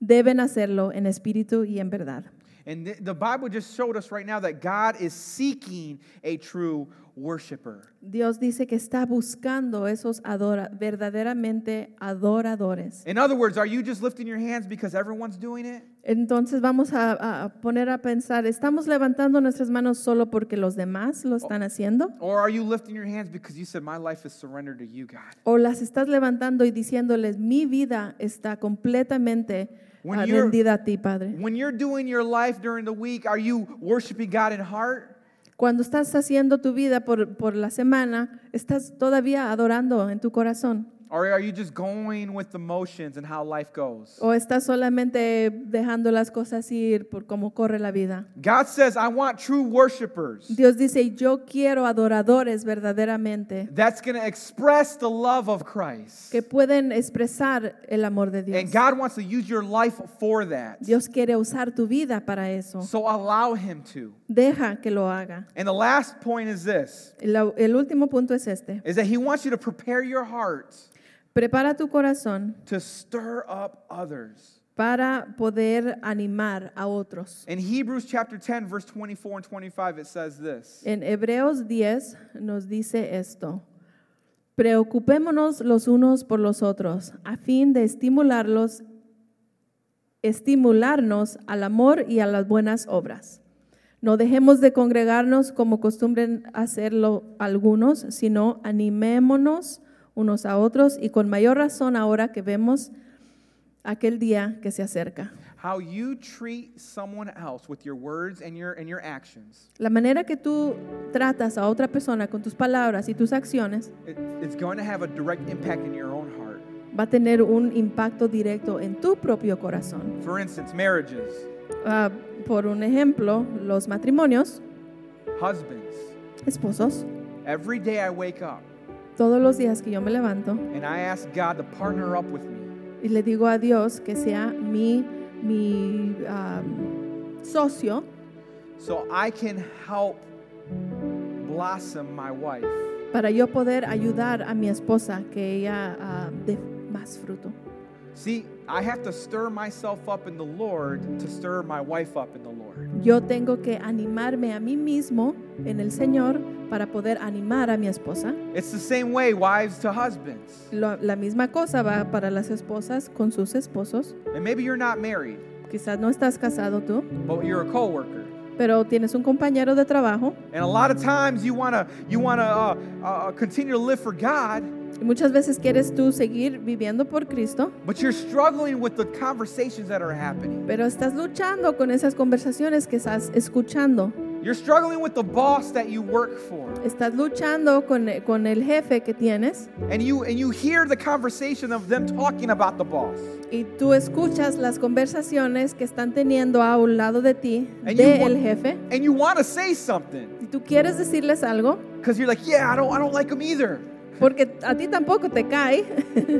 S2: deben hacerlo en espíritu y en verdad.
S1: And th- the Bible just showed us right now that God is seeking a true worshiper.
S2: Dios dice que está buscando esos adora- verdaderamente adoradores.
S1: In other words, are you just lifting your hands because everyone's doing it?
S2: Entonces vamos a, a poner a pensar, ¿estamos levantando nuestras manos solo porque los demás lo están haciendo?
S1: Or are you lifting your hands because you said, My life is surrendered to you, God?
S2: ¿O las estás levantando y diciéndoles, mi vida está completamente
S1: When
S2: ah,
S1: you're-
S2: rendida a ti, Padre?
S1: When you're doing your life during the week, are you worshiping God in heart?
S2: Cuando estás haciendo tu vida por, por la semana, ¿estás todavía adorando en tu corazón?
S1: Or are you just going with the motions and how life goes?
S2: ¿O estás solamente dejando las cosas ir por cómo corre la vida?
S1: God says, I want true worshipers.
S2: Dios dice, yo quiero adoradores verdaderamente
S1: That's going to express the love of Christ.
S2: que pueden expresar el amor de Dios.
S1: And God wants to use your life for that.
S2: Dios quiere usar tu vida para eso.
S1: So allow Him to.
S2: Deja que lo haga.
S1: And the last point is this
S2: Y la- el último punto es este.
S1: is that He wants you to prepare your heart
S2: Prepara tu corazón
S1: to stir up others.
S2: para poder animar a otros.
S1: In Hebrews chapter 10, verse 24 and 25, it says this.
S2: En Hebreos 10 nos dice esto. Preocupémonos los unos por los otros a fin de estimularlos estimularnos al amor y a las buenas obras. No dejemos de congregarnos como costumbren hacerlo algunos, sino animémonos unos a otros y con mayor razón ahora que vemos aquel día que se acerca.
S1: How you treat someone else with your words and your and your actions,
S2: La manera que tú tratas a otra persona con tus palabras y tus acciones
S1: it, it's going to have a direct impact in your own heart.
S2: va a tener un impacto directo en tu propio corazón.
S1: For instance, marriages,
S2: Ah, por un ejemplo, los matrimonios,
S1: husbands.
S2: esposos,
S1: Every day I wake up
S2: todos los días que yo me levanto,
S1: and I ask God to partner up with me
S2: y le digo a Dios que sea mi, mi am, socio
S1: so I can help blossom my wife.
S2: para yo poder ayudar a mi esposa que ella ah, dé más fruto.
S1: See, I have to stir myself up in the Lord to stir my wife up in the Lord.
S2: Yo tengo que animarme a mí mismo en el Señor para poder animar a mi esposa.
S1: It's the same way wives to husbands.
S2: Lo- la misma cosa va para las esposas con sus esposos.
S1: And maybe you're not married,
S2: Quizás no estás casado tú,
S1: but you're a coworker.
S2: pero tienes un compañero de trabajo
S1: And a lot of times you want to you want to uh, uh, continue to live for God,
S2: y muchas veces quieres tú seguir viviendo por Cristo,
S1: but you're struggling with the conversations that are happening.
S2: pero estás luchando con esas conversaciones que estás escuchando.
S1: You're struggling with the boss that you work for.
S2: Estás luchando con, con el jefe que tienes
S1: And you and you hear the conversation of them talking about the boss.
S2: y tú escuchas las conversaciones que están teniendo a un lado de ti,
S1: And
S2: de
S1: you wa-
S2: el jefe.
S1: And you want to say something
S2: Si tú quieres decirles algo,
S1: cuz you're like, "Yeah, I don't I don't like him either."
S2: porque a ti tampoco te cae,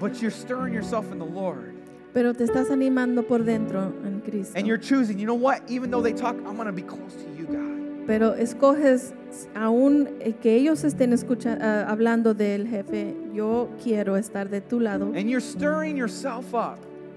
S1: But you're stirring yourself in the Lord.
S2: pero te estás animando por dentro en Cristo.
S1: And you're choosing, "You know what? Even though they talk, I'm going to be close to you, God."
S2: Pero escoges aún eh, que ellos estén escucha- ah, hablando del jefe, yo quiero estar de tu lado
S1: And you're stirring yourself up.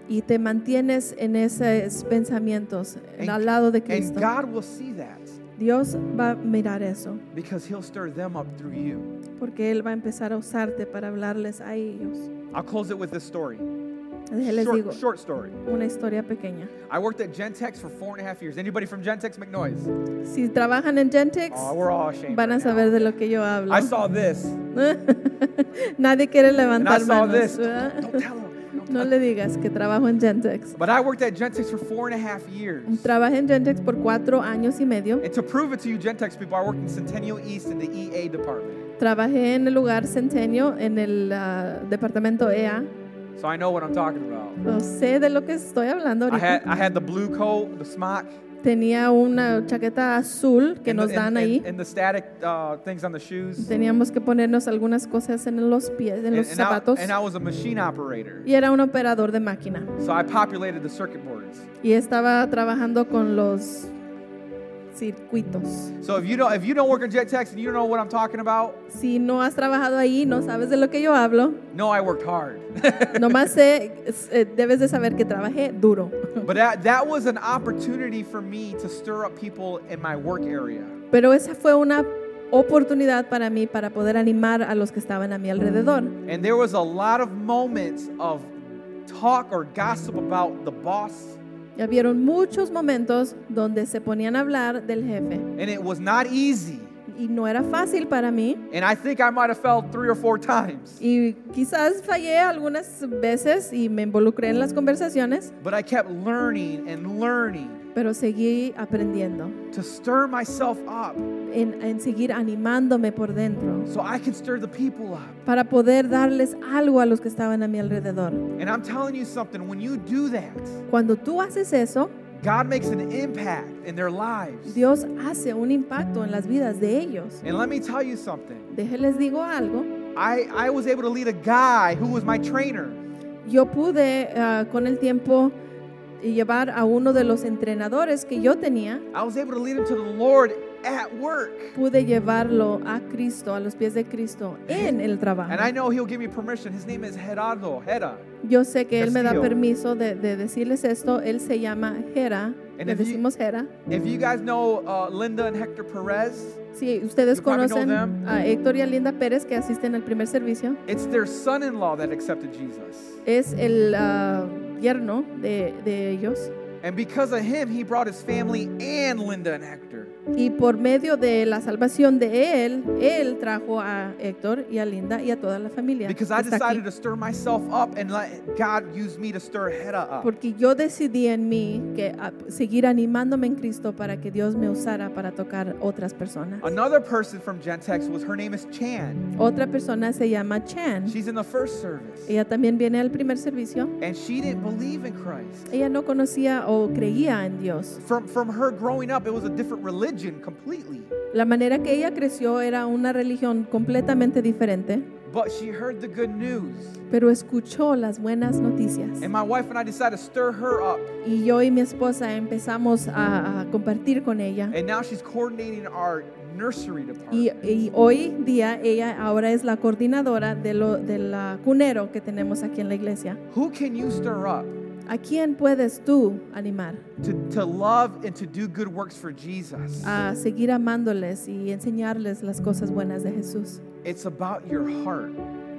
S2: y te mantienes en esos pensamientos
S1: And-
S2: al lado de
S1: And
S2: Cristo.
S1: God will see that
S2: Dios va a mirar eso.
S1: because he'll stir them up through you.
S2: porque Él va a empezar a usarte para hablarles a ellos.
S1: I'll close it with this story.
S2: Entonces, les digo
S1: Short, short story.
S2: una historia pequeña.
S1: I worked at Gentex for four and a half years. Anybody from Gentex make noise?
S2: Si trabajan en Gentex,
S1: Oh, we're all ashamed.
S2: van a
S1: right now.
S2: saber de lo que yo hablo.
S1: I saw this.
S2: Nadie quiere
S1: And I
S2: levantar
S1: saw
S2: manos.
S1: this.
S2: ¿verdad?
S1: Don't, don't tell him.
S2: No le digas que trabajo en Gentex.
S1: But I worked at Gentex for four and a half years.
S2: Trabajé en Gentex por cuatro años y medio.
S1: And to prove it to you, Gentex people, I worked in Centennial East in the EA department.
S2: Trabajé en el lugar Centenio, en el ah, departamento EA.
S1: So I know what I'm talking about.
S2: No sé de lo que estoy hablando
S1: I had,
S2: ahorita.
S1: I had the blue coat, the smock,
S2: Tenía una chaqueta azul que
S1: and
S2: nos
S1: the, and-
S2: dan ahí.
S1: and- and the static uh, things on the shoes.
S2: Teníamos que ponernos algunas cosas en los pies, en
S1: And-
S2: los
S1: and I-
S2: zapatos.
S1: and I was a machine operator.
S2: Y era un operador de máquina.
S1: So I populated the circuit boards.
S2: Y estaba trabajando con los circuitos.
S1: So if you don't if you don't work at Gentex and you don't know what I'm talking about,
S2: Si no has trabajado ahí, no sabes de lo que yo hablo.
S1: no, I worked hard.
S2: Nomás sé, es- eh, debes de saber que trabajé duro.
S1: but that, that was an opportunity for me to stir up people in my work area.
S2: Pero esa fue una oportunidad para mí para poder animar a los que estaban a mi alrededor.
S1: And there was a lot of moments of talk or gossip about the boss,
S2: Ya vieron muchos momentos donde se ponían a hablar del jefe.
S1: and it was not easy.
S2: Y no era fácil para mí.
S1: And I think I might have fell three or four times.
S2: Y quizás fallé algunas veces y me involucré en las conversaciones,
S1: But I kept learning and learning
S2: pero seguí aprendiendo,
S1: to stir myself up
S2: en, en seguir animándome por dentro,
S1: so I could stir the people up.
S2: para poder darles algo a los que estaban a mi alrededor.
S1: And I'm telling you something, when you do that,
S2: Cuando tú haces eso,
S1: God makes an impact in their lives.
S2: Dios hace un impacto en las vidas de ellos.
S1: And let me tell you something.
S2: Déjenles digo algo.
S1: I, I was able to lead a guy who was my trainer.
S2: Yo pude ah, con el tiempo llevar a uno de los entrenadores que yo tenía,
S1: I was able to lead him to the Lord at work.
S2: pude llevarlo a Cristo, a los pies de Cristo, en el trabajo.
S1: And I know he'll give me permission. His name is Gerardo Hera.
S2: Yo sé que él me da
S1: Castillo.
S2: permiso de, de decirles esto. Él se llama Jera.
S1: En
S2: Le
S1: el-
S2: decimos Jera.
S1: If you guys know uh, Linda and Hector Perez,
S2: Si ustedes
S1: You probably know
S2: conocen
S1: them.
S2: a Héctor y a Linda Pérez que asisten al primer servicio,
S1: it's their son-in-law that accepted Jesus.
S2: es el ah, yerno de, de ellos.
S1: And because of him, he brought his family and Linda and Hector.
S2: Y por medio de la salvación de él, él trajo a Héctor y a Linda y a toda la familia.
S1: Because
S2: que
S1: I
S2: está aquí.
S1: decided to stir myself up and let God use me to stir Hera up.
S2: Porque yo decidí en mí que ah, seguir animándome en Cristo para que Dios me usara para tocar otras personas.
S1: Another person from Gentex was her name is Chan.
S2: Otra persona se llama Chan.
S1: She's in the first service.
S2: Ella también viene al primer servicio.
S1: And she didn't believe in Christ.
S2: Ella no conocía o creía en Dios.
S1: From, from her growing up, it was a different religion completely.
S2: La manera que ella creció era una religión completamente diferente,
S1: But she heard the good news.
S2: pero escuchó las buenas noticias.
S1: And my wife and I decided to stir her up.
S2: Y yo y mi esposa empezamos a, a compartir con ella.
S1: And now she's coordinating our nursery
S2: Y,
S1: department.
S2: y hoy día ella ahora es la coordinadora de lo, del ah, cunero que tenemos aquí en la iglesia.
S1: Who can you stir up
S2: ¿A quién puedes tú animar
S1: to, to love and to do good works for Jesus?
S2: a seguir amándoles y enseñarles las cosas buenas de Jesús?
S1: It's about your heart.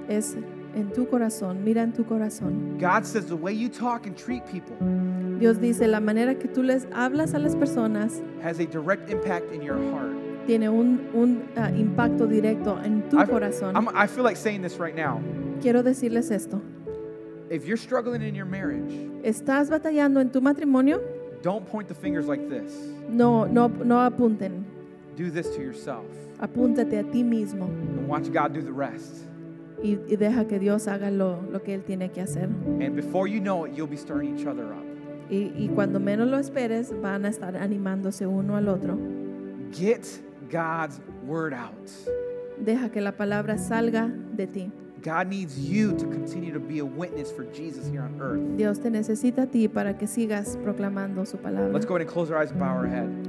S2: Es en tu corazón, mira en tu corazón.
S1: God says the way you talk and treat people
S2: Dios dice, la manera que tú les hablas a las personas
S1: has a direct impact in your heart.
S2: tiene un, un, ah, impacto directo en tu
S1: I've-
S2: corazón.
S1: I'm, I feel like saying this right now.
S2: Quiero decirles esto.
S1: If you're struggling in your marriage,
S2: ¿Estás batallando en tu matrimonio?
S1: don't point the fingers like this.
S2: No, no, no apunten.
S1: Do this to yourself
S2: Apúntate a ti mismo
S1: and watch God do the rest.
S2: y, y deja que Dios haga lo, lo que Él tiene que hacer.
S1: And before you know it, you'll be stirring each other up.
S2: Y, y cuando menos lo esperes, van a estar animándose uno al otro.
S1: Get God's word out.
S2: Deja que la palabra salga de ti.
S1: God needs you to continue to be a witness for Jesus here on earth.
S2: Dios te necesita a ti para que sigas proclamando su palabra.
S1: Let's go ahead and close our eyes and bow our head.